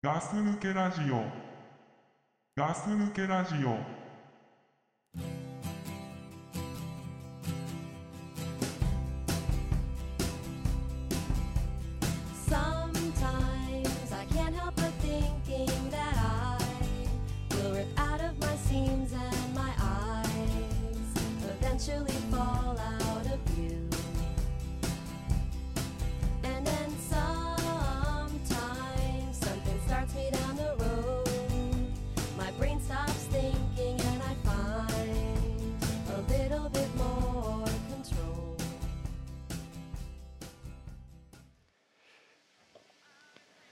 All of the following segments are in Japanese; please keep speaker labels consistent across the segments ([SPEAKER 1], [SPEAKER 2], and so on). [SPEAKER 1] ガス抜けラジオ。ガス抜けラジオ。
[SPEAKER 2] Sometimes I can't help but thinking that I will rip out of my seams and my eyes, eventually fall out of view. And then sometimes something starts me down the road. My brain stops thinking and I find a little bit more control.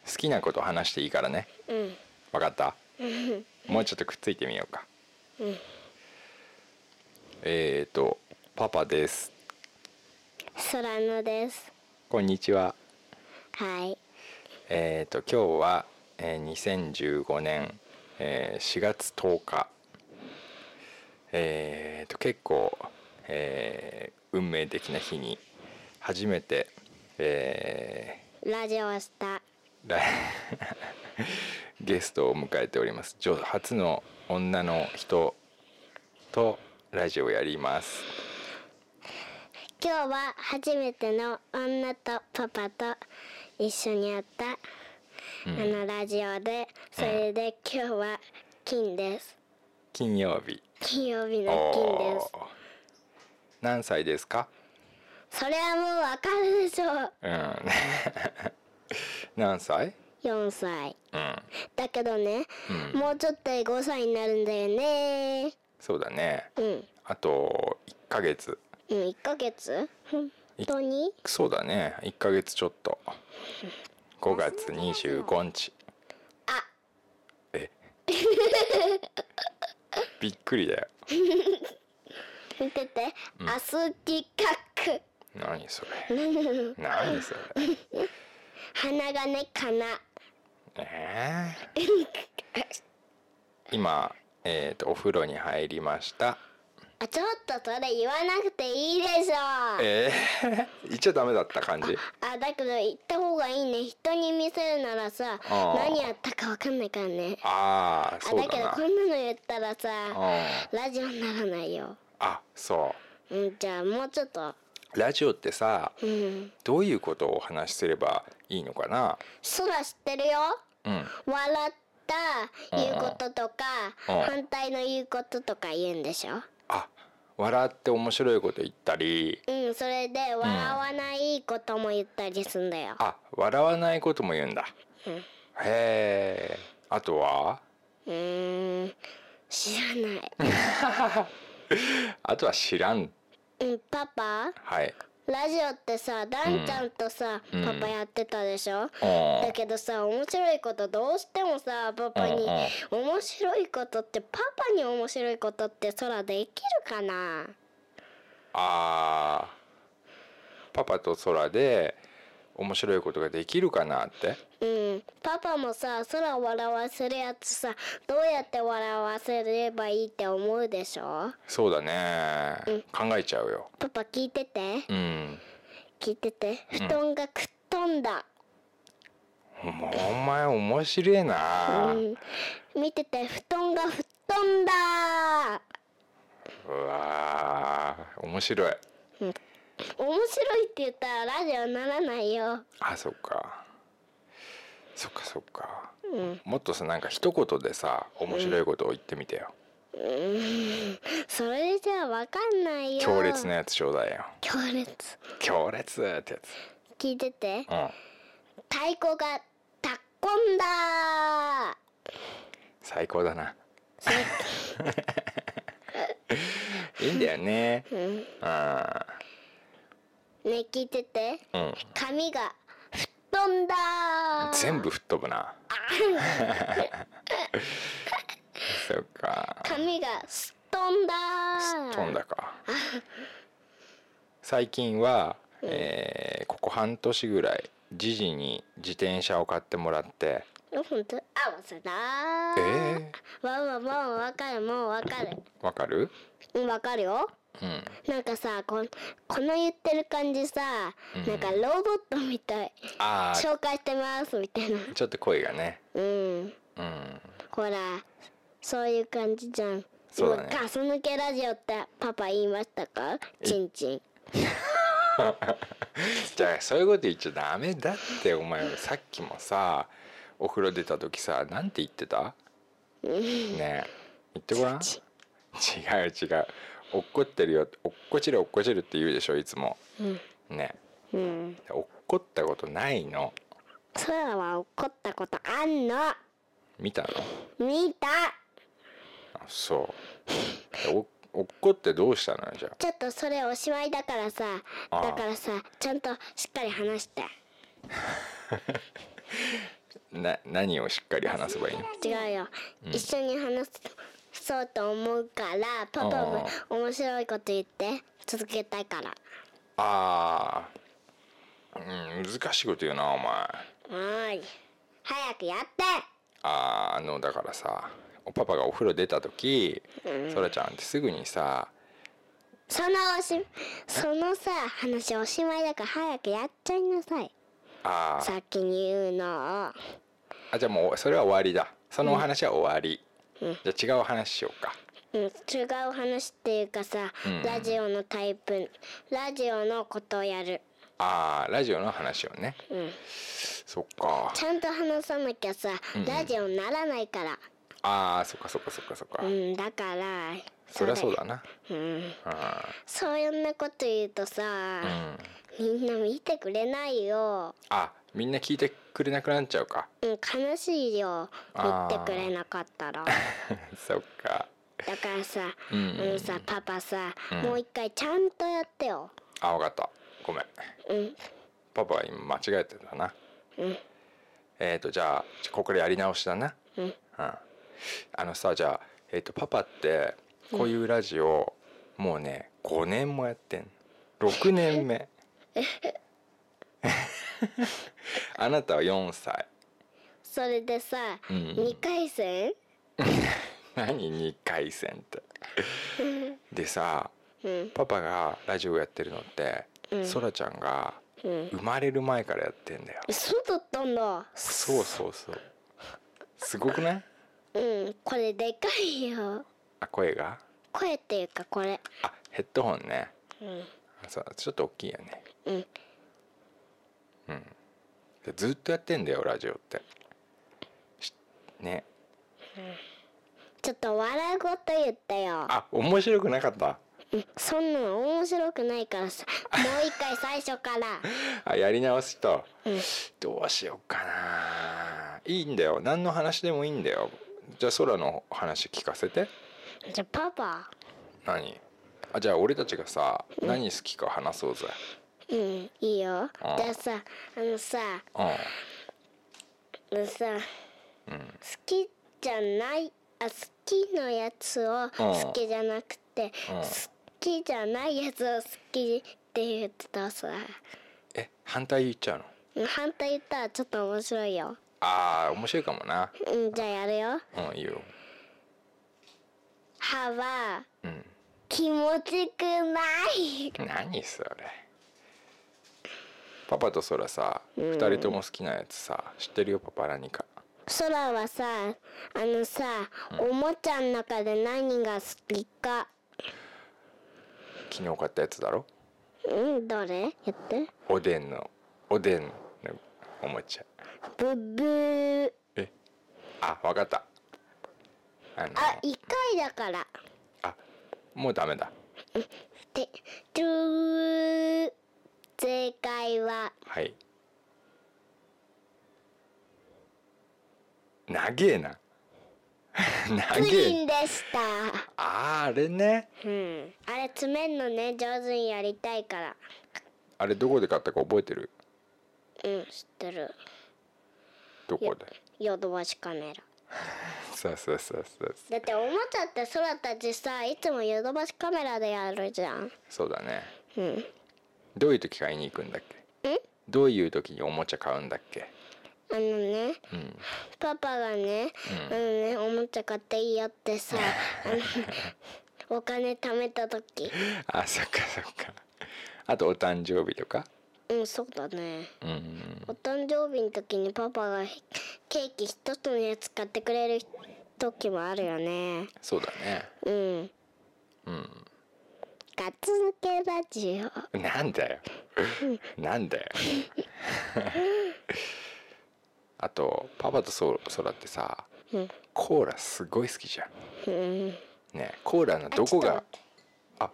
[SPEAKER 3] 好きなこと話していいからね
[SPEAKER 4] うん
[SPEAKER 3] 分かったもうちょっとくっついてみようか、えっ、ー、と「パパです
[SPEAKER 4] 空野です。
[SPEAKER 3] こんにちは
[SPEAKER 4] はい。」
[SPEAKER 3] えっ、ー、と今日は、えー、2015年、えー、4月10日えっ、ー、と結構、えー、運命的な日に初めて、え
[SPEAKER 4] ラジオした。
[SPEAKER 3] ーラ ゲストを迎えております女初の女の人とラジオをやります
[SPEAKER 4] 今日は初めての女とパパと一緒にやった、あのラジオで、それで今日は金です。
[SPEAKER 3] 金曜日
[SPEAKER 4] 金曜日の金で
[SPEAKER 3] おー何歳ですか
[SPEAKER 4] す。それはもうわかるでしょう。
[SPEAKER 3] うん 何歳
[SPEAKER 4] 4歳。
[SPEAKER 3] うん
[SPEAKER 4] だけどね、もうちょっとで5歳になるんだよね。
[SPEAKER 3] そうだね
[SPEAKER 4] うん。
[SPEAKER 3] あと1ヶ月
[SPEAKER 4] うん、1ヶ月本当に
[SPEAKER 3] そうだね1ヶ月ちょっと5月25日
[SPEAKER 4] あ
[SPEAKER 3] え びっくりだよ
[SPEAKER 4] 見てて。アスティカック。
[SPEAKER 3] 何それ 何それ
[SPEAKER 4] 花がねかな。
[SPEAKER 3] えー、今えっ、とお風呂に入りました
[SPEAKER 4] あちょっとそれ言わなくていいでしょあ
[SPEAKER 3] えー、 言っちゃダメだった感じ
[SPEAKER 4] だけど言った方がいいね人に見せるならさ
[SPEAKER 3] あー
[SPEAKER 4] 何やったかわかんないからね
[SPEAKER 3] ああ
[SPEAKER 4] あ
[SPEAKER 3] そう
[SPEAKER 4] けど
[SPEAKER 3] だ
[SPEAKER 4] こ
[SPEAKER 3] なん
[SPEAKER 4] なの言ったらさ
[SPEAKER 3] あ
[SPEAKER 4] ラジオにならないよ
[SPEAKER 3] あそ
[SPEAKER 4] うんじゃあもうちょっと
[SPEAKER 3] うラジオってさ
[SPEAKER 4] うん
[SPEAKER 3] どういうことをお話しすればいいのかな
[SPEAKER 4] 空知ってるよ
[SPEAKER 3] うん
[SPEAKER 4] 笑った言うこととか
[SPEAKER 3] うん
[SPEAKER 4] 反対の言うこととか言うんでしょ
[SPEAKER 3] あ笑って面白いこと言ったり
[SPEAKER 4] うんそれで笑わないことも言ったりすんだよ
[SPEAKER 3] あ笑わないことも言うんだ、
[SPEAKER 4] うん
[SPEAKER 3] へえあとは
[SPEAKER 4] うーん知らない
[SPEAKER 3] あとは知らん
[SPEAKER 4] うんパパ
[SPEAKER 3] はい
[SPEAKER 4] ラジオってさダンちゃんとさ、
[SPEAKER 3] うん
[SPEAKER 4] パパやってたでし
[SPEAKER 3] う
[SPEAKER 4] ょ、
[SPEAKER 3] ん
[SPEAKER 4] だけどさ面白いことどうしてもさパパに、
[SPEAKER 3] うん
[SPEAKER 4] 面白いことってパパに面白いことって空できるかな
[SPEAKER 3] あーパパと空で面白いことができるかなって
[SPEAKER 4] うんパパもさ空を笑わせるやつさどうやって笑わせればいいって思うでしょ
[SPEAKER 3] そうだね、考えちゃうよ
[SPEAKER 4] パパ聞いてて
[SPEAKER 3] うん
[SPEAKER 4] 聞いてて布団がくっ飛んだ、
[SPEAKER 3] お前お前面白えな、う
[SPEAKER 4] 見てて布団が吹っ飛んだ
[SPEAKER 3] わー面白い
[SPEAKER 4] 面白いって言ったらラジオにならないよ
[SPEAKER 3] あそっかそっかそっか、もっとさなんか一言でさ面白いことを言ってみてよ、
[SPEAKER 4] それじゃあわかんないよ
[SPEAKER 3] 強烈なやつちょうだいよ
[SPEAKER 4] 強烈
[SPEAKER 3] 強烈ってやつ
[SPEAKER 4] 聞いてて
[SPEAKER 3] うん
[SPEAKER 4] 太鼓がたっこんだ
[SPEAKER 3] 最高だな いいんだよね、あ
[SPEAKER 4] ね聞いてて
[SPEAKER 3] ーうん
[SPEAKER 4] 髪が吹っ飛んだ
[SPEAKER 3] 全部吹っ飛ぶな そっか
[SPEAKER 4] 髪がすっ飛んだ
[SPEAKER 3] 飛んだか最近は、えーここ半年ぐらいじじに自転車を買ってもらって
[SPEAKER 4] よほんとあわせだ
[SPEAKER 3] え
[SPEAKER 4] わわわわかるもうわかる
[SPEAKER 3] わかる
[SPEAKER 4] うんわかるよ
[SPEAKER 3] うん
[SPEAKER 4] なんかさこんこの言ってる感じさ、なんかロボットみたい
[SPEAKER 3] ああ
[SPEAKER 4] 紹介してますみたいな
[SPEAKER 3] ちょっと声がね
[SPEAKER 4] うん
[SPEAKER 3] うん
[SPEAKER 4] ほらそういう感じじゃん
[SPEAKER 3] そうだね
[SPEAKER 4] 今ガス抜けラジオってパパ言いましたかちんちん
[SPEAKER 3] じゃあそういうこと言っちゃダメだってお前さっきもさお風呂出た時さなんて言ってたねえ言ってごらん
[SPEAKER 4] ち
[SPEAKER 3] 違う違う落っこってるよ落っこちる落っこちるって言うでしょいつも、ね
[SPEAKER 4] うん
[SPEAKER 3] え落っこったことないの
[SPEAKER 4] そらは怒ったことあんの
[SPEAKER 3] 見たの
[SPEAKER 4] 見た
[SPEAKER 3] あそうお落っこってどうしたのよじゃあ
[SPEAKER 4] ちょっとそれおしまいだからさ
[SPEAKER 3] あー
[SPEAKER 4] だからさちゃんとしっかり話して
[SPEAKER 3] な何をしっかり話せばいいの
[SPEAKER 4] 違うよ、一緒に話そうと思うからパパも面白いこと言って続けたいから
[SPEAKER 3] あー、うん、難しいこと言うなお前
[SPEAKER 4] おーい早くやって
[SPEAKER 3] あーあのだからさおパパがお風呂出た時そらちゃんってすぐにさ
[SPEAKER 4] そのおしそのさ話おしまいだから早くやっちゃいなさい
[SPEAKER 3] あー
[SPEAKER 4] 先に言うのを
[SPEAKER 3] あじゃあもうそれは終わりだそのお話は終わり、じゃあ違う話しようか
[SPEAKER 4] うん、違う話っていうかさ、
[SPEAKER 3] ん
[SPEAKER 4] ラジオのタイプラジオのことをやる
[SPEAKER 3] あーラジオの話をね、そっか
[SPEAKER 4] ちゃんと話さなきゃさ、ラジオにならないから
[SPEAKER 3] あーそっかそっかそっかそっか、
[SPEAKER 4] うんだから
[SPEAKER 3] そりゃそうだな
[SPEAKER 4] うん
[SPEAKER 3] あ
[SPEAKER 4] そんなこと言うとさ、
[SPEAKER 3] ーうん
[SPEAKER 4] みんな見てくれないよ、
[SPEAKER 3] あみんな聞いてくれなくなっちゃうか
[SPEAKER 4] うん、悲しいよ
[SPEAKER 3] あ
[SPEAKER 4] 見
[SPEAKER 3] ー
[SPEAKER 4] てくれなかったら
[SPEAKER 3] そっか
[SPEAKER 4] だからさ、
[SPEAKER 3] うんうんうん
[SPEAKER 4] うんさパパさ、もう一回ちゃんとやってよ
[SPEAKER 3] あ分かったごめん
[SPEAKER 4] うん
[SPEAKER 3] パパは今間違えてたな、えっ、とじゃあここからやり直しだな、うんあのさじゃあ、えー、とパパってこういうラジオ、もうね5年もやってん6年目 あなたは4歳
[SPEAKER 4] それでさ、
[SPEAKER 3] うん
[SPEAKER 4] 二回戦
[SPEAKER 3] 何2回戦ってでさ、パパがラジオやってるのって、そらちゃんが生まれる前からやってんだよ、
[SPEAKER 4] そうだったんだ
[SPEAKER 3] そうそうそうすごくない
[SPEAKER 4] うんこれでかいよ
[SPEAKER 3] あ声が
[SPEAKER 4] 声っていうかこれ
[SPEAKER 3] あヘッドホンね
[SPEAKER 4] うん
[SPEAKER 3] あそうちょっと大きいよね
[SPEAKER 4] うん
[SPEAKER 3] でずっとやってんだよラジオってしね
[SPEAKER 4] ちょっと笑うこと言ったよ
[SPEAKER 3] あ面白くなかった
[SPEAKER 4] そんなの面白くないからさもう一回最初 から
[SPEAKER 3] あやり直すと、どうしようかないいんだよ何の話でもいいんだよじゃあ空の話聞かせて
[SPEAKER 4] じゃあパパ
[SPEAKER 3] 何あじゃあ俺たちがさ何好きか話そうぜ
[SPEAKER 4] うんいいよ
[SPEAKER 3] あ
[SPEAKER 4] じゃあさあのさ
[SPEAKER 3] うん
[SPEAKER 4] あのさ、好きじゃないあ好きのやつを好きじゃなくて、
[SPEAKER 3] うん
[SPEAKER 4] 好きじゃないやつを好きって言ってたさ
[SPEAKER 3] え反対言っちゃうの
[SPEAKER 4] 反対言ったらちょっと面白いよ
[SPEAKER 3] あー面白いかもな
[SPEAKER 4] うんじゃあやるよ
[SPEAKER 3] うんいいよ
[SPEAKER 4] 歯は
[SPEAKER 3] うん
[SPEAKER 4] 気持ちくない
[SPEAKER 3] 何それパパとソラさ二、人とも好きなやつさ知ってるよパパ何か
[SPEAKER 4] 空はさあのさ、おもちゃの中で何が好きか
[SPEAKER 3] 昨日買ったやつだろ
[SPEAKER 4] うんどれやって
[SPEAKER 3] おでんのおでんのおもちゃ
[SPEAKER 4] ブッブー
[SPEAKER 3] えあわかったあの
[SPEAKER 4] あ一回だから
[SPEAKER 3] あもうダメだ
[SPEAKER 4] でドゥー正解は
[SPEAKER 3] はい長え な
[SPEAKER 4] プ
[SPEAKER 3] 長
[SPEAKER 4] リ
[SPEAKER 3] え
[SPEAKER 4] ンでした
[SPEAKER 3] あーあれね
[SPEAKER 4] うんあれ詰めんのね上手にやりたいから
[SPEAKER 3] あれどこで買ったか覚えてる
[SPEAKER 4] うん知ってる
[SPEAKER 3] どこで
[SPEAKER 4] ヨドバシカメラ
[SPEAKER 3] そうそうそうそう
[SPEAKER 4] だっておもちゃって空たちさいつもヨドバシカメラでやるじゃん
[SPEAKER 3] そうだね
[SPEAKER 4] うん
[SPEAKER 3] どういう時買いに行くんだっけ
[SPEAKER 4] ん
[SPEAKER 3] どういう時におもちゃ買うんだっけ
[SPEAKER 4] あのね
[SPEAKER 3] うん
[SPEAKER 4] パパがね、あのねおもちゃ買っていいよってさあのお金貯めた時
[SPEAKER 3] あそっかそっかあとお誕生日とか
[SPEAKER 4] うんそうだね
[SPEAKER 3] うんうん
[SPEAKER 4] お誕生日の時にパパがケーキ一つのやつ買ってくれる時もあるよね
[SPEAKER 3] そうだね
[SPEAKER 4] うん
[SPEAKER 3] うん
[SPEAKER 4] ガッツ抜けラジオ
[SPEAKER 3] なんだよなんだよあとパパとソソラってさ
[SPEAKER 4] うん
[SPEAKER 3] コーラすごい好きじゃん
[SPEAKER 4] うん
[SPEAKER 3] ねえコーラのどこがあ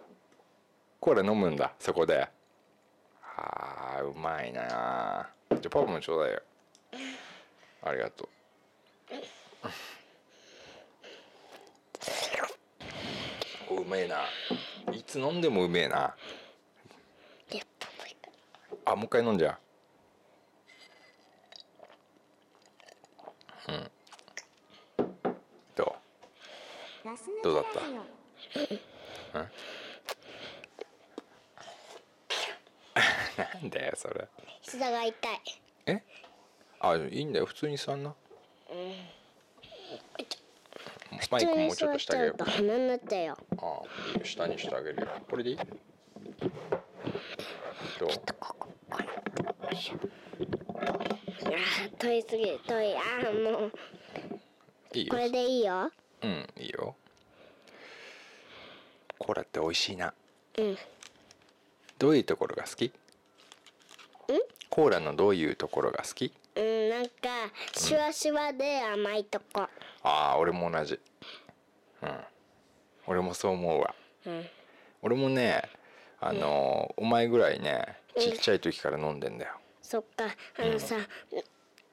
[SPEAKER 3] コーラ飲むんだそこであーうまいなじゃあパパもちょうだいよありがとうおうめえないつ飲んでもうめえな
[SPEAKER 4] やっぱもう一回
[SPEAKER 3] あもう一回飲んじゃううんどうどうだったうんなんだよそれ
[SPEAKER 4] 膝が痛い
[SPEAKER 3] えあいいんだよ普通に座んな、マイクもうちょっと下げよう
[SPEAKER 4] 普通に座っちゃうと鼻になっちゃうよ
[SPEAKER 3] ああいいよ下にしてあげるよこれでいいどう
[SPEAKER 4] あー遠いすぎる遠いあーもう
[SPEAKER 3] いいよ
[SPEAKER 4] これでいいよ
[SPEAKER 3] うんいいよコーラって美味しいな
[SPEAKER 4] うん
[SPEAKER 3] どういうところが好きコーラのどういうところが好き
[SPEAKER 4] うんなんかシュワシュワで甘いとこ
[SPEAKER 3] ああ俺も同じうん俺もそう思うわ、俺もねあのー、お前ぐらいねちっちゃい時から飲んでんだよ
[SPEAKER 4] そっかあのさ、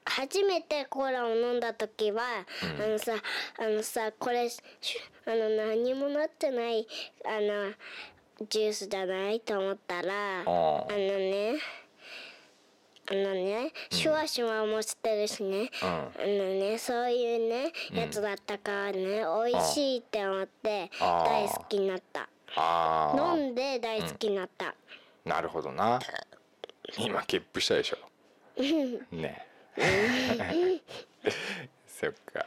[SPEAKER 4] 初めてコーラを飲んだ時は、あのさあのさこれしあの何もなってないあのジュースじゃないと思ったらあ
[SPEAKER 3] あ
[SPEAKER 4] のねあのねシュワシュワもしてるしね、
[SPEAKER 3] うん
[SPEAKER 4] あのねそういうねやつだったからね、美味しいって思って
[SPEAKER 3] あー
[SPEAKER 4] 大好きになった
[SPEAKER 3] ああ
[SPEAKER 4] 飲んで大好きになった、
[SPEAKER 3] なるほどな今ゲップしたでしょねえ そっか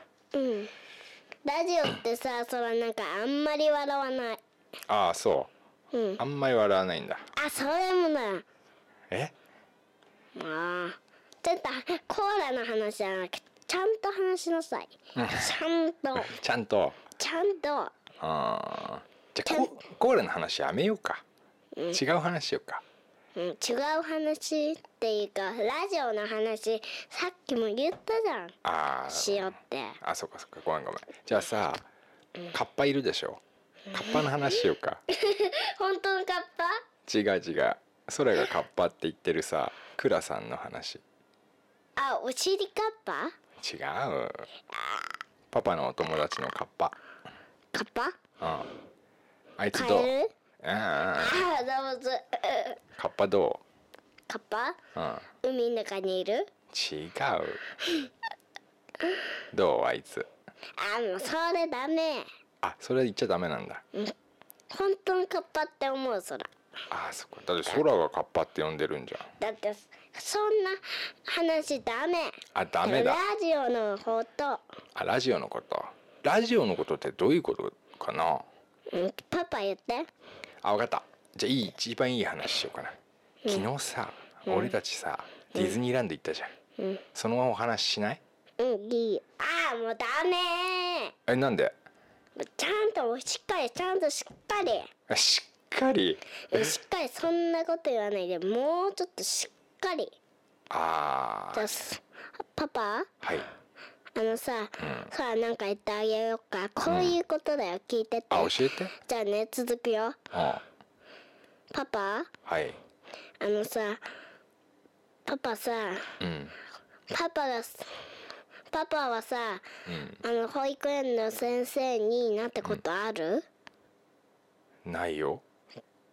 [SPEAKER 4] ラジオってさそれなんかあんまり笑わない
[SPEAKER 3] ああそう、
[SPEAKER 4] うん
[SPEAKER 3] あんまり笑わないんだ
[SPEAKER 4] あそれもな
[SPEAKER 3] え
[SPEAKER 4] まあちょっとコーラの話じゃなくてちゃんと話しなさ いちゃんと
[SPEAKER 3] ちゃんと
[SPEAKER 4] ちゃんと
[SPEAKER 3] あーじゃあココーラの話やめようか、違う話しようか
[SPEAKER 4] うん違う話っていうかラジオの話さっきも言ったじゃん
[SPEAKER 3] ああ
[SPEAKER 4] しようって
[SPEAKER 3] あそっかそっかごめんごめんじゃあさカッパいるでしょカッパの話しようか
[SPEAKER 4] 本当のカッパ
[SPEAKER 3] 違う違う空がカッパって言ってるさクラさんの話
[SPEAKER 4] あお尻カッパ
[SPEAKER 3] 違うパパのお友達のカッパ
[SPEAKER 4] カッパ
[SPEAKER 3] うんあいつ
[SPEAKER 4] カ
[SPEAKER 3] どう
[SPEAKER 4] エル
[SPEAKER 3] うんうんうん
[SPEAKER 4] あ動物うん
[SPEAKER 3] カッパど
[SPEAKER 4] カッパ
[SPEAKER 3] ううん
[SPEAKER 4] 海の中にいる
[SPEAKER 3] 違うどうあいつ
[SPEAKER 4] あもうそれダメ
[SPEAKER 3] あそれ言っちゃダメなんだ
[SPEAKER 4] 本当のカッパって思うそら
[SPEAKER 3] あそっかだって空がカッパって呼んでるんじゃん
[SPEAKER 4] だってそんな話ダメ
[SPEAKER 3] あダメだ
[SPEAKER 4] ラジオのこと
[SPEAKER 3] あラジオのことラジオのことってどういうことかな
[SPEAKER 4] うんパパ言って
[SPEAKER 3] あ分かったじゃあいい一番いい話しようかな昨日さ、俺たちさディズニーランド行ったじゃん、そのお話しない
[SPEAKER 4] うんいいあーもうダメ
[SPEAKER 3] えなんで
[SPEAKER 4] ちゃんとしっかりちゃんとしっかり
[SPEAKER 3] あしっかり
[SPEAKER 4] うんしっかりそんなこと言わないでもうちょっとしっかり
[SPEAKER 3] あ
[SPEAKER 4] じゃ
[SPEAKER 3] ー
[SPEAKER 4] あすパパ
[SPEAKER 3] はい
[SPEAKER 4] あのさ、さあなんか言ってあげようかこういうことだよ、聞いてて
[SPEAKER 3] あ教えて
[SPEAKER 4] じゃあね続くよ
[SPEAKER 3] うんは
[SPEAKER 4] パパ
[SPEAKER 3] い
[SPEAKER 4] あのさパパさ
[SPEAKER 3] うん
[SPEAKER 4] パパがすパパはさ
[SPEAKER 3] うん
[SPEAKER 4] あの保育園の先生になったことある、
[SPEAKER 3] ないよ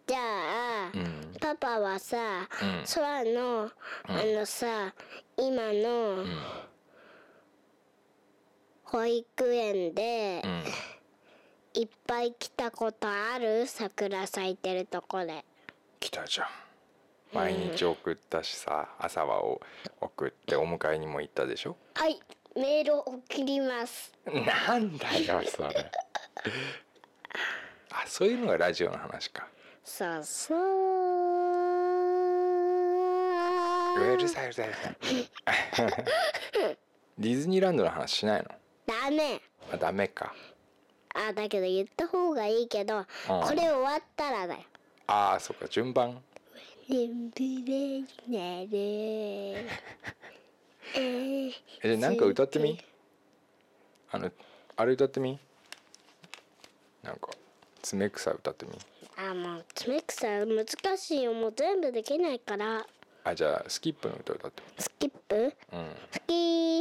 [SPEAKER 4] じゃあ、
[SPEAKER 3] うん
[SPEAKER 4] パパはさ、
[SPEAKER 3] うん
[SPEAKER 4] 空のあのさ今の、保育園で
[SPEAKER 3] うん
[SPEAKER 4] いっぱい来たことある桜咲いてるとこで
[SPEAKER 3] 来たじゃん毎日送ったしさ朝はお送ってお迎えにも行ったでしょ
[SPEAKER 4] はいメールを送ります
[SPEAKER 3] なんだよそれあそういうのがラジオの話か
[SPEAKER 4] そうそう
[SPEAKER 3] うわうるさいうるさいうるさいディズニーランドの話しないの
[SPEAKER 4] ダメ
[SPEAKER 3] あダメか
[SPEAKER 4] あだけど言った方がいいけど、これ終わったらだよ
[SPEAKER 3] ああそっか順番
[SPEAKER 4] 眠れなる えー
[SPEAKER 3] えなんか歌ってみあのあれ歌ってみなんか爪草歌ってみ
[SPEAKER 4] あもう爪くさ難しいよもう全部できないから
[SPEAKER 3] あじゃあスキップの歌歌って
[SPEAKER 4] スキップ
[SPEAKER 3] みうん
[SPEAKER 4] プキ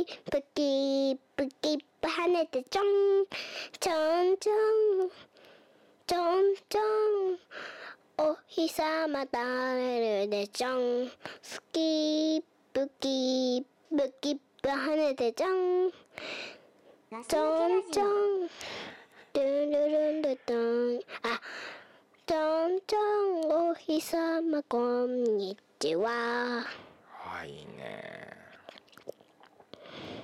[SPEAKER 4] ープキープキップ跳ねてちょんちょんちょんちょんちょんお日様垂れるでちょんスキープキープキップ跳ねてちょんちょんちょんルンルルンルトンあちょんちょんお日様こんにちは
[SPEAKER 3] はいいね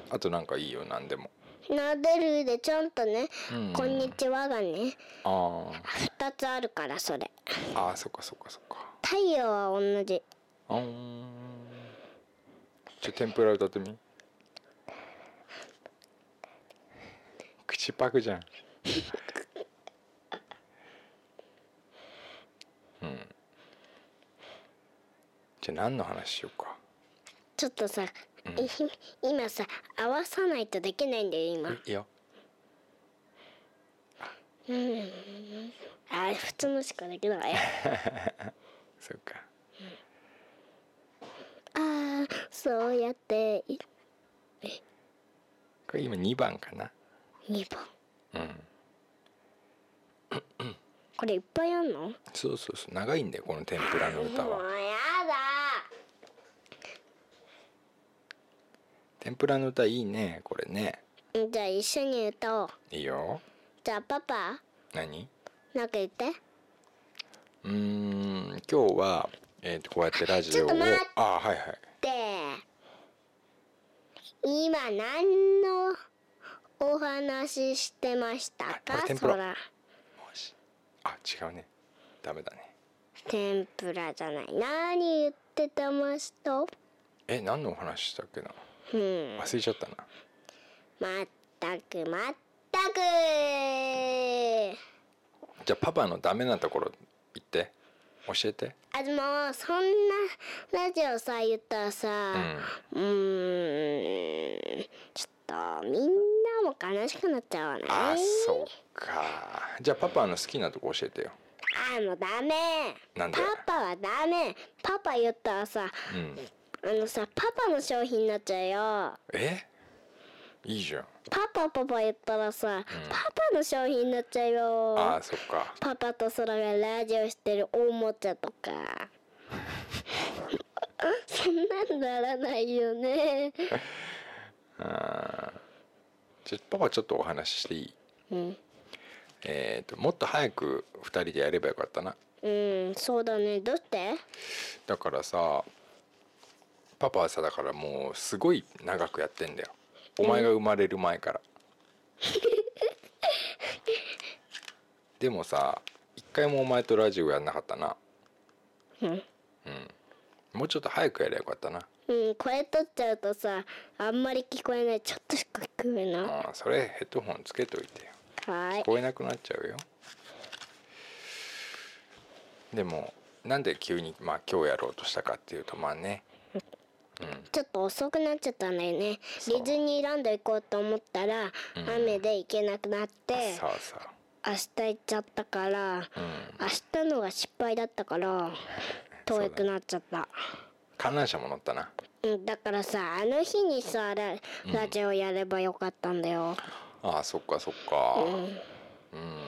[SPEAKER 3] あとなんかいいよ何でも
[SPEAKER 4] なでるでちょんとね、
[SPEAKER 3] うん
[SPEAKER 4] こんにちはがね
[SPEAKER 3] あ
[SPEAKER 4] 2つあるからそれ
[SPEAKER 3] ーあーそっかそっかそっか
[SPEAKER 4] 太陽は同じ
[SPEAKER 3] うーんちょ天ぷら歌ってみ口パクじゃんうんじゃあ何の話しようか
[SPEAKER 4] ちょっとさ、い 今さ合わさないとできないんだよ今
[SPEAKER 3] いいよ
[SPEAKER 4] あ普通のしかできない
[SPEAKER 3] そっか
[SPEAKER 4] ああそうやってい
[SPEAKER 3] これ今2番かな
[SPEAKER 4] 2番
[SPEAKER 3] うん
[SPEAKER 4] これいっぱいあんのもう
[SPEAKER 3] そうそうそう長いんだよこの天ぷらの歌は
[SPEAKER 4] や
[SPEAKER 3] 天ぷらの歌いいねこれね
[SPEAKER 4] だじゃあ一緒に歌おう
[SPEAKER 3] いいよ
[SPEAKER 4] じゃあパパ
[SPEAKER 3] 何
[SPEAKER 4] なんか言って
[SPEAKER 3] うーん今日は、えー、とこうやってラジオを
[SPEAKER 4] ちょっと待って
[SPEAKER 3] ああはいはい
[SPEAKER 4] で今何のお話ししてました
[SPEAKER 3] あこ
[SPEAKER 4] か
[SPEAKER 3] れ天ぷ
[SPEAKER 4] そ
[SPEAKER 3] ら
[SPEAKER 4] ら
[SPEAKER 3] もしあ違うねダメだね
[SPEAKER 4] 天ぷらじゃない何言ってたましたうん
[SPEAKER 3] え何のお話したっけな忘れちゃったな
[SPEAKER 4] まったくまったく
[SPEAKER 3] じゃあパパのダメなところ言って教えて
[SPEAKER 4] あでもそんなラジオさ言ったらさ
[SPEAKER 3] うん
[SPEAKER 4] うーんちょっとみんなも悲しくなっちゃうわね
[SPEAKER 3] あそうかじゃあパパの好きなとこ教えてよ
[SPEAKER 4] あもうダメ
[SPEAKER 3] なんで
[SPEAKER 4] パパはダメパパ言ったらさ
[SPEAKER 3] うん
[SPEAKER 4] あのさパパの商品になっちゃうよ
[SPEAKER 3] えいいじゃん
[SPEAKER 4] パパパパ言ったらさ、パパの商品になっちゃうよ
[SPEAKER 3] あーそっか
[SPEAKER 4] パパと空がラジオしてるおもちゃとか そんなんならないよね
[SPEAKER 3] じゃあパパちょっとお話ししていい、えっ、ともっと早く2人でやればよかったな
[SPEAKER 4] うんそうだねどうして
[SPEAKER 3] だからさパパはさだからもうすごい長くやってんだよお前が生まれる前から、でもさ一回もお前とラジオやんなかったなうん、もうちょっと早くやればよかったな
[SPEAKER 4] うんこれ取っちゃうとさあんまり聞こえないちょっとしか聞こえないは
[SPEAKER 3] あーそれヘッドホンつけといてよ
[SPEAKER 4] ーい
[SPEAKER 3] 聞こえなくなっちゃうよでもなんで急に、まあ、今日やろうとしたかっていうとまあね
[SPEAKER 4] ちょっと遅くなっちゃったんだよねデ
[SPEAKER 3] そう
[SPEAKER 4] ィズニーランド行こうと思ったら、雨で行けなくなって
[SPEAKER 3] さあさあ
[SPEAKER 4] 明日行っちゃったから、明日のが失敗だったから遠くなっちゃった
[SPEAKER 3] 観覧車も乗ったな
[SPEAKER 4] う、ん、だからさあの日にさララジオやればよかったんだよ、
[SPEAKER 3] ああそっかそっかうん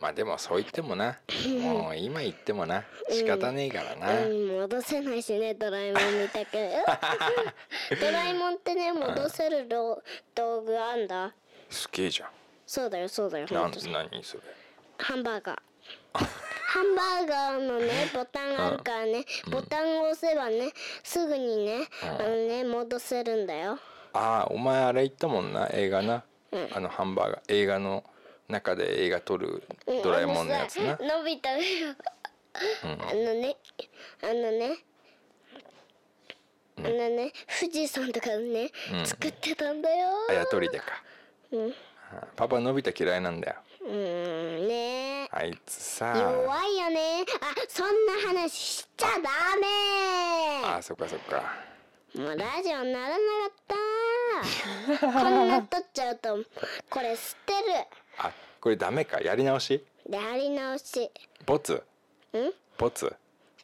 [SPEAKER 3] まあでもそう言ってもなもう今言ってもな仕方ねえから
[SPEAKER 4] う
[SPEAKER 3] な、
[SPEAKER 4] ん、戻せないしねドラえもん見たけど ドラえもんってね戻せる道道具あんだ
[SPEAKER 3] すげえじゃん
[SPEAKER 4] そうだよそうだよ
[SPEAKER 3] な
[SPEAKER 4] ほん
[SPEAKER 3] ん
[SPEAKER 4] とそう
[SPEAKER 3] 何それ
[SPEAKER 4] ハンバーガーハンバーガーのねボタンがあるからねボタンを押せばねすぐにねあのね戻せるんだよ
[SPEAKER 3] ああお前あれ言ったもんな映画な、あのハンバーガー映画の中で映画撮るドラえもんのやつ
[SPEAKER 4] あ
[SPEAKER 3] な
[SPEAKER 4] のさのび太がよ、あのねあのね、あのね富士山とかね、
[SPEAKER 3] うん
[SPEAKER 4] 作ってたんだよ
[SPEAKER 3] あやとりでか、
[SPEAKER 4] うん
[SPEAKER 3] あパパのび太嫌いなんだよ
[SPEAKER 4] うーんね
[SPEAKER 3] あいつさ
[SPEAKER 4] 弱いよねあそんな話しちゃダ
[SPEAKER 3] あそっかそっか
[SPEAKER 4] メもうラジオにならなかったこんな撮っちゃうとこれ捨てる
[SPEAKER 3] あこれダメかやり直し
[SPEAKER 4] で貼り直し
[SPEAKER 3] ボツ
[SPEAKER 4] ん
[SPEAKER 3] ボツ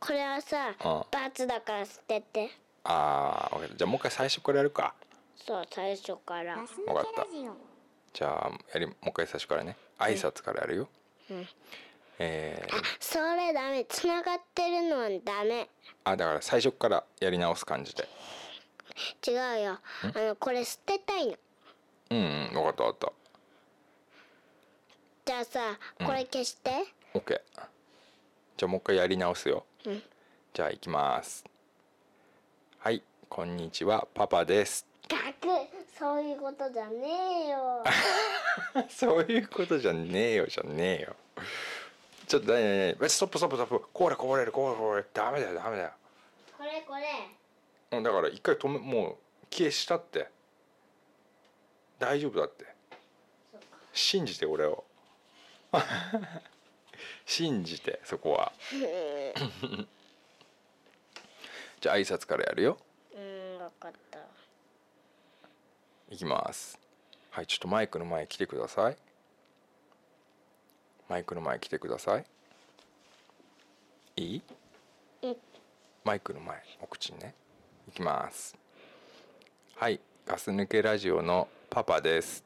[SPEAKER 4] これはさ
[SPEAKER 3] うん
[SPEAKER 4] 罰だから捨てて
[SPEAKER 3] あーわかったじゃあもう一回最初からやるか
[SPEAKER 4] そう最初から
[SPEAKER 3] わかったじゃあやりもう一回最初からね挨拶からやるよ、えー
[SPEAKER 4] それダメつながってるのはダメ
[SPEAKER 3] あだから最初からやり直す感じで
[SPEAKER 4] 違うよあのこれ捨てたいの
[SPEAKER 3] うんうん分かった分かっ
[SPEAKER 4] じゃあさこれ消して、
[SPEAKER 3] た OK じゃあもう一回やり直すよ、
[SPEAKER 4] うん
[SPEAKER 3] じゃあ行きますはいこんにちはパパです
[SPEAKER 4] ガクそういうことじゃねえよ
[SPEAKER 3] そういうことじゃねえよじゃねえよちょっと何何何ストップストップストップこれこれこれこれダメだよダメだよ
[SPEAKER 4] これこれ
[SPEAKER 3] うんだから一回止めもう消したって大丈夫だって信じて俺を 信じてそこは じゃあ挨拶からやるよ
[SPEAKER 4] うん分かった
[SPEAKER 3] いきますはいちょっとマイクの前来てくださいマイクの前来てくださいいい
[SPEAKER 4] うん
[SPEAKER 3] マイクの前お口にねいきますはいガス抜けラジオのパパです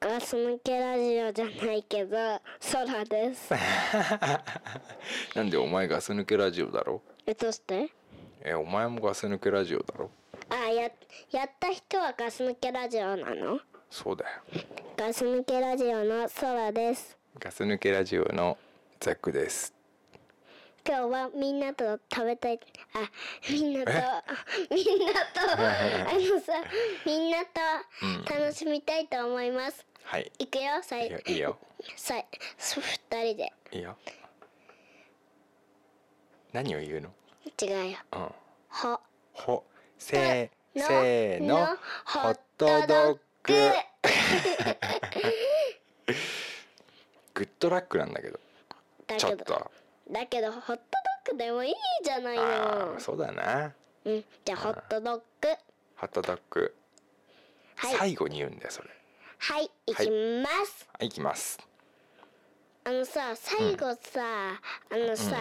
[SPEAKER 4] ガス抜けラジオじゃないけど空です
[SPEAKER 3] なんでお前ガス抜けラジオだろ
[SPEAKER 4] えどうして
[SPEAKER 3] えお前もガス抜けラジオだろ
[SPEAKER 4] あややった人はガス抜けラジオなの
[SPEAKER 3] そうだよ
[SPEAKER 4] ガス抜けラジオの空です
[SPEAKER 3] ガス抜けラジオのザックです
[SPEAKER 4] 今日はみんなと食べたいあみんなと みんなとあのさみんなと楽しみたいと思います、
[SPEAKER 3] はい
[SPEAKER 4] いくよさ
[SPEAKER 3] いい
[SPEAKER 4] い
[SPEAKER 3] よいいよ
[SPEAKER 4] さいそ二人で
[SPEAKER 3] いいよ何を言うの
[SPEAKER 4] 違うよ
[SPEAKER 3] うん
[SPEAKER 4] ほ
[SPEAKER 3] ほせー
[SPEAKER 4] の
[SPEAKER 3] せーの
[SPEAKER 4] の
[SPEAKER 3] ホットドッググッドラックなんだけど
[SPEAKER 4] だ
[SPEAKER 3] ちょ
[SPEAKER 4] け
[SPEAKER 3] っ
[SPEAKER 4] ど
[SPEAKER 3] と
[SPEAKER 4] だけどホットドッグでもいいじゃない
[SPEAKER 3] あ
[SPEAKER 4] の
[SPEAKER 3] ーそうだな
[SPEAKER 4] うんじゃあホットドッグ
[SPEAKER 3] ホットドッグ
[SPEAKER 4] はい
[SPEAKER 3] 最後に言うんだよそれ
[SPEAKER 4] はい行きます、
[SPEAKER 3] はいいきます
[SPEAKER 4] あのさ最後さ、あのさ、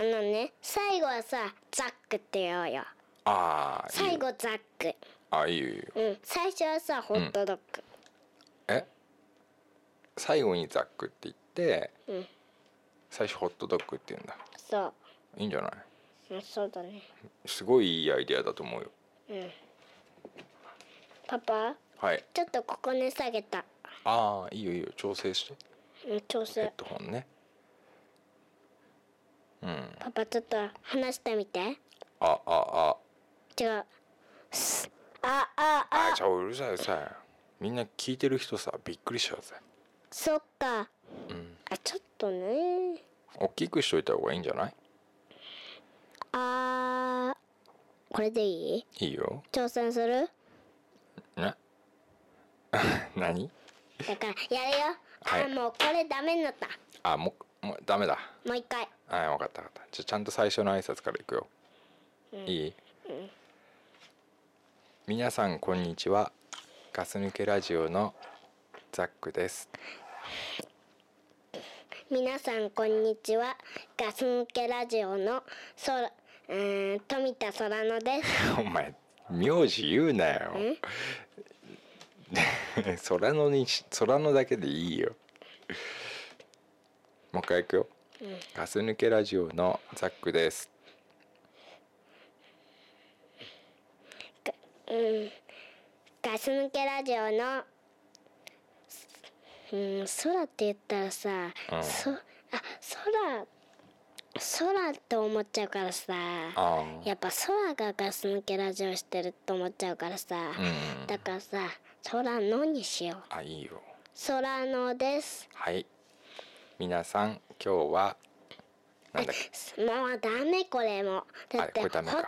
[SPEAKER 4] あのね最後はさザックって言おうよ
[SPEAKER 3] あーいい
[SPEAKER 4] 最
[SPEAKER 3] よ
[SPEAKER 4] 後ザック
[SPEAKER 3] あいいよいいよ
[SPEAKER 4] うん最初はさホットドッグ、
[SPEAKER 3] え最後にザックって言って、
[SPEAKER 4] うん
[SPEAKER 3] 最初ホットドッグって言うんだ
[SPEAKER 4] そう
[SPEAKER 3] いいんじゃない
[SPEAKER 4] うんそうだね
[SPEAKER 3] すごいいいアイデアだと思うよ
[SPEAKER 4] うんパパ
[SPEAKER 3] はい
[SPEAKER 4] ちょっとここね下げた、
[SPEAKER 3] ああいいよいいよ調整して
[SPEAKER 4] うん、調
[SPEAKER 3] ヘ
[SPEAKER 4] 整
[SPEAKER 3] ッドホンねうん
[SPEAKER 4] パパちょっと話してみて
[SPEAKER 3] あああ
[SPEAKER 4] 違うすあああ
[SPEAKER 3] あじゃあうるさいうるさいみんな聞いてる人さびっくりしちゃうぜ
[SPEAKER 4] そっか
[SPEAKER 3] うん
[SPEAKER 4] あちょっとね
[SPEAKER 3] 大きくしといた方がいいんじゃない
[SPEAKER 4] あーこれでいい
[SPEAKER 3] いいよ
[SPEAKER 4] 挑戦す る
[SPEAKER 3] ね 何
[SPEAKER 4] だからやるよあー、
[SPEAKER 3] はい
[SPEAKER 4] もうこれダメになった
[SPEAKER 3] あもうもうダメだ
[SPEAKER 4] もう一回
[SPEAKER 3] はい、分かった分かった。じゃあちゃんと最初の挨拶からいくよ。いい、皆さんこんにちは。ガス抜けラジオのザックです。
[SPEAKER 4] 皆さんこんにちはガス抜けラジオのそらうーん富田空野です
[SPEAKER 3] お前名字言うなよ。 空のにし空のだけでいいよ。もう一回いくよ。ガス抜けラジオのザックです。
[SPEAKER 4] ガス抜けラジオのうーん空って言ったらさ、
[SPEAKER 3] うん
[SPEAKER 4] そあ空空って思っちゃうからさ
[SPEAKER 3] あ
[SPEAKER 4] やっぱ空がガス抜けラジオしてると思っちゃうからさ、
[SPEAKER 3] あ、うん。
[SPEAKER 4] だからさ空のにしよ
[SPEAKER 3] あいいよ。
[SPEAKER 4] 空のです。
[SPEAKER 3] はい皆さん今日はなんだっけ
[SPEAKER 4] もうダメこれも。だって
[SPEAKER 3] あ
[SPEAKER 4] ホ
[SPEAKER 3] れこれ
[SPEAKER 4] ット
[SPEAKER 3] ダ
[SPEAKER 4] ド
[SPEAKER 3] メ
[SPEAKER 4] ッ
[SPEAKER 3] か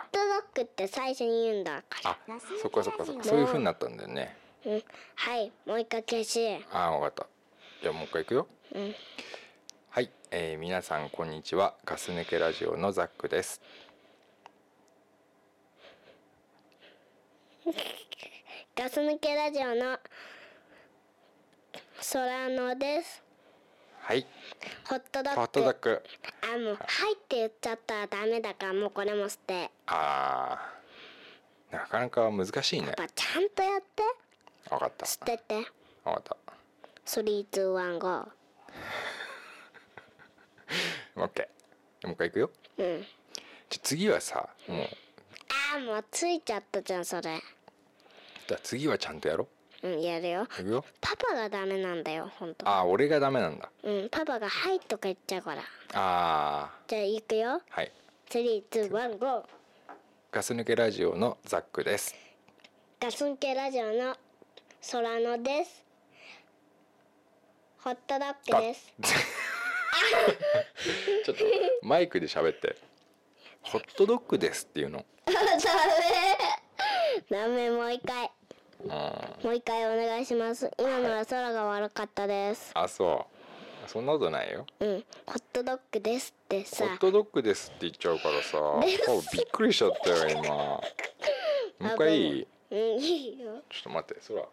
[SPEAKER 4] グって最初に言うんだから。
[SPEAKER 3] あそっかそっかそっかそういう風になったんだよね
[SPEAKER 4] うん、はい、もう一回消し。
[SPEAKER 3] ああ分かったじゃあもう一回いくよ、はい、えー、皆さんこんにちはガス抜けラジオのザックです
[SPEAKER 4] ガス抜けラジオの空野です。
[SPEAKER 3] はい
[SPEAKER 4] ホットドッグ。
[SPEAKER 3] ホットドッグ
[SPEAKER 4] あ、もう、はいって言っちゃったらダメだから、もうこれも捨て。
[SPEAKER 3] あーなかなか難しいね
[SPEAKER 4] やっぱちゃんとやって。
[SPEAKER 3] 分かった
[SPEAKER 4] 捨てて。
[SPEAKER 3] 分かった
[SPEAKER 4] スリー、ツー、ワン、ゴー。
[SPEAKER 3] オッケーもう一回いくよ
[SPEAKER 4] うん。
[SPEAKER 3] じゃあ次はさもう
[SPEAKER 4] あー、もうついちゃったじゃん、それ。
[SPEAKER 3] じゃあ次はちゃんとやろ
[SPEAKER 4] うん、やるよ。
[SPEAKER 3] ういくよ
[SPEAKER 4] パパがダメなんだよ、ほんと。
[SPEAKER 3] ああ俺がダメなんだ
[SPEAKER 4] うん、パパがはいとか言っちゃうから。
[SPEAKER 3] ああ
[SPEAKER 4] じゃあ、行くよ。
[SPEAKER 3] はい
[SPEAKER 4] スリー、ツー、ワン、ゴー。
[SPEAKER 3] ガス抜けラジオのザックです
[SPEAKER 4] ガスンケラジオの空野です。ホットドッグです。
[SPEAKER 3] ちょっとマイクで喋 って「ホットドッグです」っていうの
[SPEAKER 4] ダメ、もう一回。
[SPEAKER 3] うんあ
[SPEAKER 4] もう一回お願いします。今のは空が悪かったです。
[SPEAKER 3] そうそんなことないよ
[SPEAKER 4] うん、ホットドッグですって
[SPEAKER 3] ホ
[SPEAKER 4] さ
[SPEAKER 3] ッ。トドッグですって言っちゃうから さ顔びっくりしちゃったよ今もう一回いい
[SPEAKER 4] うん、いいよ。
[SPEAKER 3] ちょっと待ってそら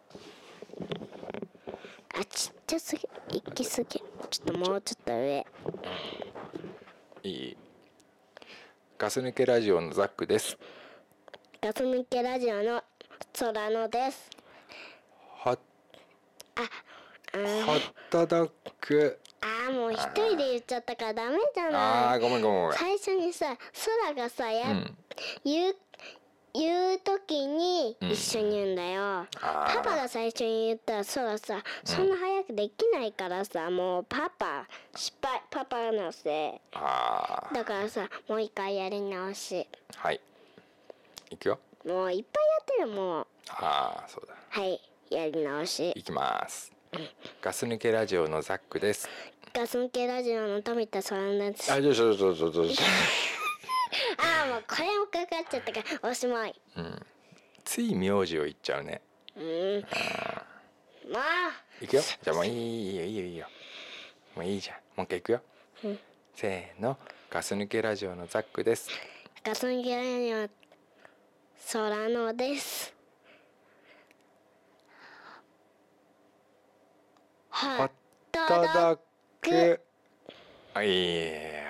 [SPEAKER 4] あ、ちっちゃすぎ、行きすぎ。ちょっともうちょっと上。
[SPEAKER 3] いいガス抜けラジオのザックです
[SPEAKER 4] ガス抜けラジオの空野です。
[SPEAKER 3] ホッ
[SPEAKER 4] あ
[SPEAKER 3] ホ
[SPEAKER 4] ー
[SPEAKER 3] ットドッグ
[SPEAKER 4] あー、もう一人で言っちゃったからダメじゃ
[SPEAKER 3] あ
[SPEAKER 4] な
[SPEAKER 3] ー
[SPEAKER 4] い。
[SPEAKER 3] ごめんごめんごめん
[SPEAKER 4] 最初にさ、空がさ、や
[SPEAKER 3] う
[SPEAKER 4] っ
[SPEAKER 3] ん
[SPEAKER 4] 言う言う時に
[SPEAKER 3] うん
[SPEAKER 4] 一緒に言うんだよ、
[SPEAKER 3] あー
[SPEAKER 4] パパが最初に言ったらそらさそんな早くできないからさ、もうパパ失敗パパのせ
[SPEAKER 3] あ
[SPEAKER 4] いだからさもう一回やり直し
[SPEAKER 3] ーはいいくよ
[SPEAKER 4] もういっぱいやってるもう
[SPEAKER 3] ああそうだ
[SPEAKER 4] はいやり直し
[SPEAKER 3] いきますガス抜けラジオのザックです
[SPEAKER 4] ガス抜けラジオの富田さんですあ
[SPEAKER 3] あ、どうしたどうしたどうしたどうした
[SPEAKER 4] あーもうこれもかかっちゃったからおしまい
[SPEAKER 3] つい名字を言っちゃうね。
[SPEAKER 4] まあ
[SPEAKER 3] いくよ。じゃあもういいいいよいいよいいよ。もういいじゃん。もう一回いくよ。せーの、ガス抜けラジオのザックです。
[SPEAKER 4] ガス抜けラジオの空野です
[SPEAKER 3] ホ
[SPEAKER 4] は
[SPEAKER 3] ッ
[SPEAKER 4] い
[SPEAKER 3] ト
[SPEAKER 4] どう
[SPEAKER 3] ド
[SPEAKER 4] ぞ
[SPEAKER 3] ッグ。あ、いや。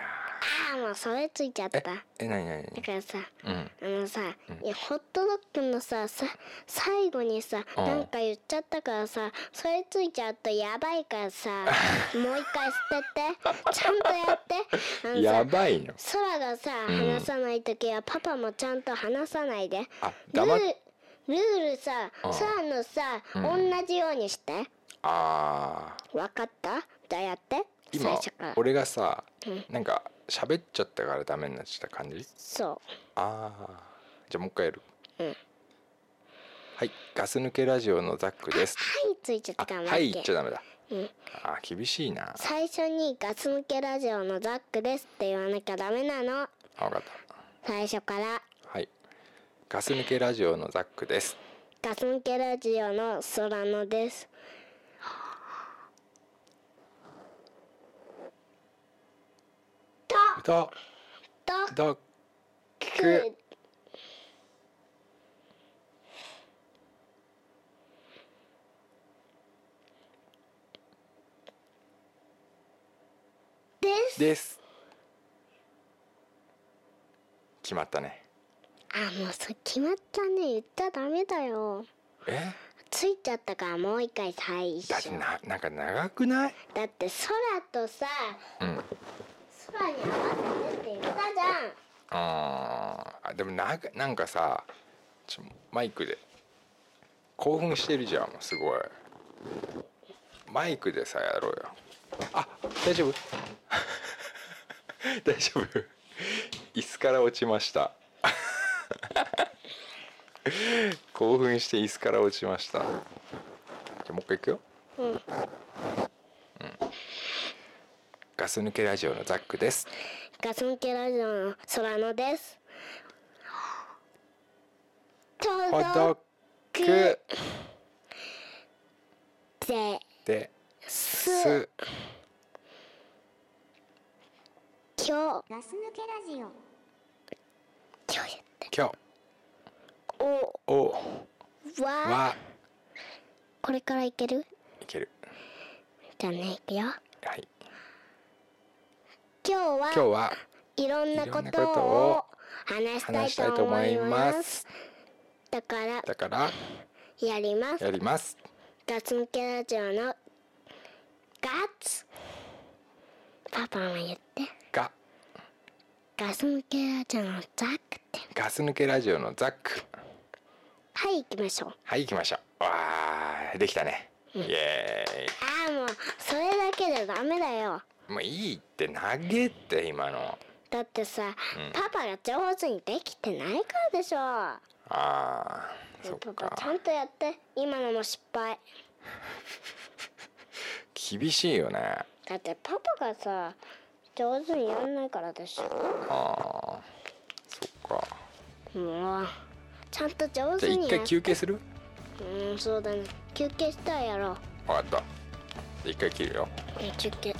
[SPEAKER 4] ああもうそれついちゃった
[SPEAKER 3] え
[SPEAKER 4] だ、
[SPEAKER 3] え、なになに。
[SPEAKER 4] からさ
[SPEAKER 3] うん。
[SPEAKER 4] あのさ、いやホットドッグのささ最後にさ
[SPEAKER 3] うん
[SPEAKER 4] なんか言っちゃったからさそれついちゃうとやばいから さもう一回捨ててちゃんとやってあのさ
[SPEAKER 3] やばいの。
[SPEAKER 4] 空がさ
[SPEAKER 3] ん
[SPEAKER 4] 話さない時はパパもちゃんと話さないで、
[SPEAKER 3] あ、
[SPEAKER 4] ル
[SPEAKER 3] 黙っ
[SPEAKER 4] ールルールさ
[SPEAKER 3] うん
[SPEAKER 4] 空のさ、同じようにして
[SPEAKER 3] あー
[SPEAKER 4] わかったじゃあやって最
[SPEAKER 3] 今
[SPEAKER 4] 初から
[SPEAKER 3] 俺がさ、なんか喋っちゃったからダメになっちゃった感じ。
[SPEAKER 4] そ
[SPEAKER 3] ああ。じゃあもう一回やる。
[SPEAKER 4] ううん
[SPEAKER 3] はい、ガス抜けラジオのザックです。
[SPEAKER 4] はいついちゃっ
[SPEAKER 3] あ
[SPEAKER 4] たから
[SPEAKER 3] はい言
[SPEAKER 4] 待っ
[SPEAKER 3] ってちゃダメだ、
[SPEAKER 4] うん
[SPEAKER 3] あー厳しいな
[SPEAKER 4] 最初にガス抜けラジオのザックですって言わなきゃダメなの
[SPEAKER 3] あ分かった
[SPEAKER 4] 最初から
[SPEAKER 3] はいガス抜けラジオのザックです
[SPEAKER 4] ガス抜けラジオの空野ですと
[SPEAKER 3] ド
[SPEAKER 4] と
[SPEAKER 3] ドッグ
[SPEAKER 4] くです
[SPEAKER 3] です決まったね
[SPEAKER 4] あもうそれ決まったね言っちゃダメだよ
[SPEAKER 3] え
[SPEAKER 4] ついちゃったからもう一回最
[SPEAKER 3] だって
[SPEAKER 4] 初
[SPEAKER 3] ななんか長くない
[SPEAKER 4] だって空とさ
[SPEAKER 3] うん
[SPEAKER 4] 空に合わせてって言ったじ
[SPEAKER 3] あ
[SPEAKER 4] ゃん
[SPEAKER 3] ーあでもななんかさちょマイクで興奮してるじゃんすごいマイクでさやろうよあ大丈夫 大丈夫椅子から落ちました 興奮して椅子から落ちましたじゃあもう一回いくよガス抜けラジオのザックです
[SPEAKER 4] ガス抜けラジオの空野です。と
[SPEAKER 3] ほどく
[SPEAKER 4] で
[SPEAKER 3] です
[SPEAKER 4] 今日
[SPEAKER 5] ガス抜けラジオ
[SPEAKER 4] 今日
[SPEAKER 3] 今
[SPEAKER 4] お
[SPEAKER 3] 日を
[SPEAKER 4] わ
[SPEAKER 3] は
[SPEAKER 4] これからいける？
[SPEAKER 3] いける
[SPEAKER 4] じゃあねいくよ。
[SPEAKER 3] はい
[SPEAKER 4] 今日は
[SPEAKER 3] 今日はい
[SPEAKER 4] ろんないこ
[SPEAKER 3] ろんなこと
[SPEAKER 4] とを
[SPEAKER 3] を
[SPEAKER 4] 話
[SPEAKER 3] 話し
[SPEAKER 4] した
[SPEAKER 3] たいと
[SPEAKER 4] いと思
[SPEAKER 3] 思い
[SPEAKER 4] い
[SPEAKER 3] ま
[SPEAKER 4] ます
[SPEAKER 3] す。
[SPEAKER 4] だから
[SPEAKER 3] だから
[SPEAKER 4] やります。
[SPEAKER 3] やります
[SPEAKER 4] ガス抜けラジオのガッツ。パパも言って。
[SPEAKER 3] が
[SPEAKER 4] ガス抜けラジオのザックって。
[SPEAKER 3] ガス抜けラジオのザック
[SPEAKER 4] はい行きましょう。
[SPEAKER 3] はい行きましょうわあできたねイエ
[SPEAKER 4] ああもうそれだけじゃダメだよ
[SPEAKER 3] ーイもういいって投げて今の
[SPEAKER 4] だってさ、パパが上手にできてないからでしょ
[SPEAKER 3] あーそっ
[SPEAKER 4] パパち
[SPEAKER 3] か
[SPEAKER 4] ゃんとやって今のも失敗
[SPEAKER 3] 厳しいよね
[SPEAKER 4] だってパパがさ上手にやんないからでしょ
[SPEAKER 3] あーそっか
[SPEAKER 4] もうちゃんと上
[SPEAKER 3] じゃあ
[SPEAKER 4] 手
[SPEAKER 3] 一
[SPEAKER 4] にや
[SPEAKER 3] 回休憩する
[SPEAKER 4] うんそうだね休憩したらやろ
[SPEAKER 3] 分かった一回切るよ
[SPEAKER 4] うね休憩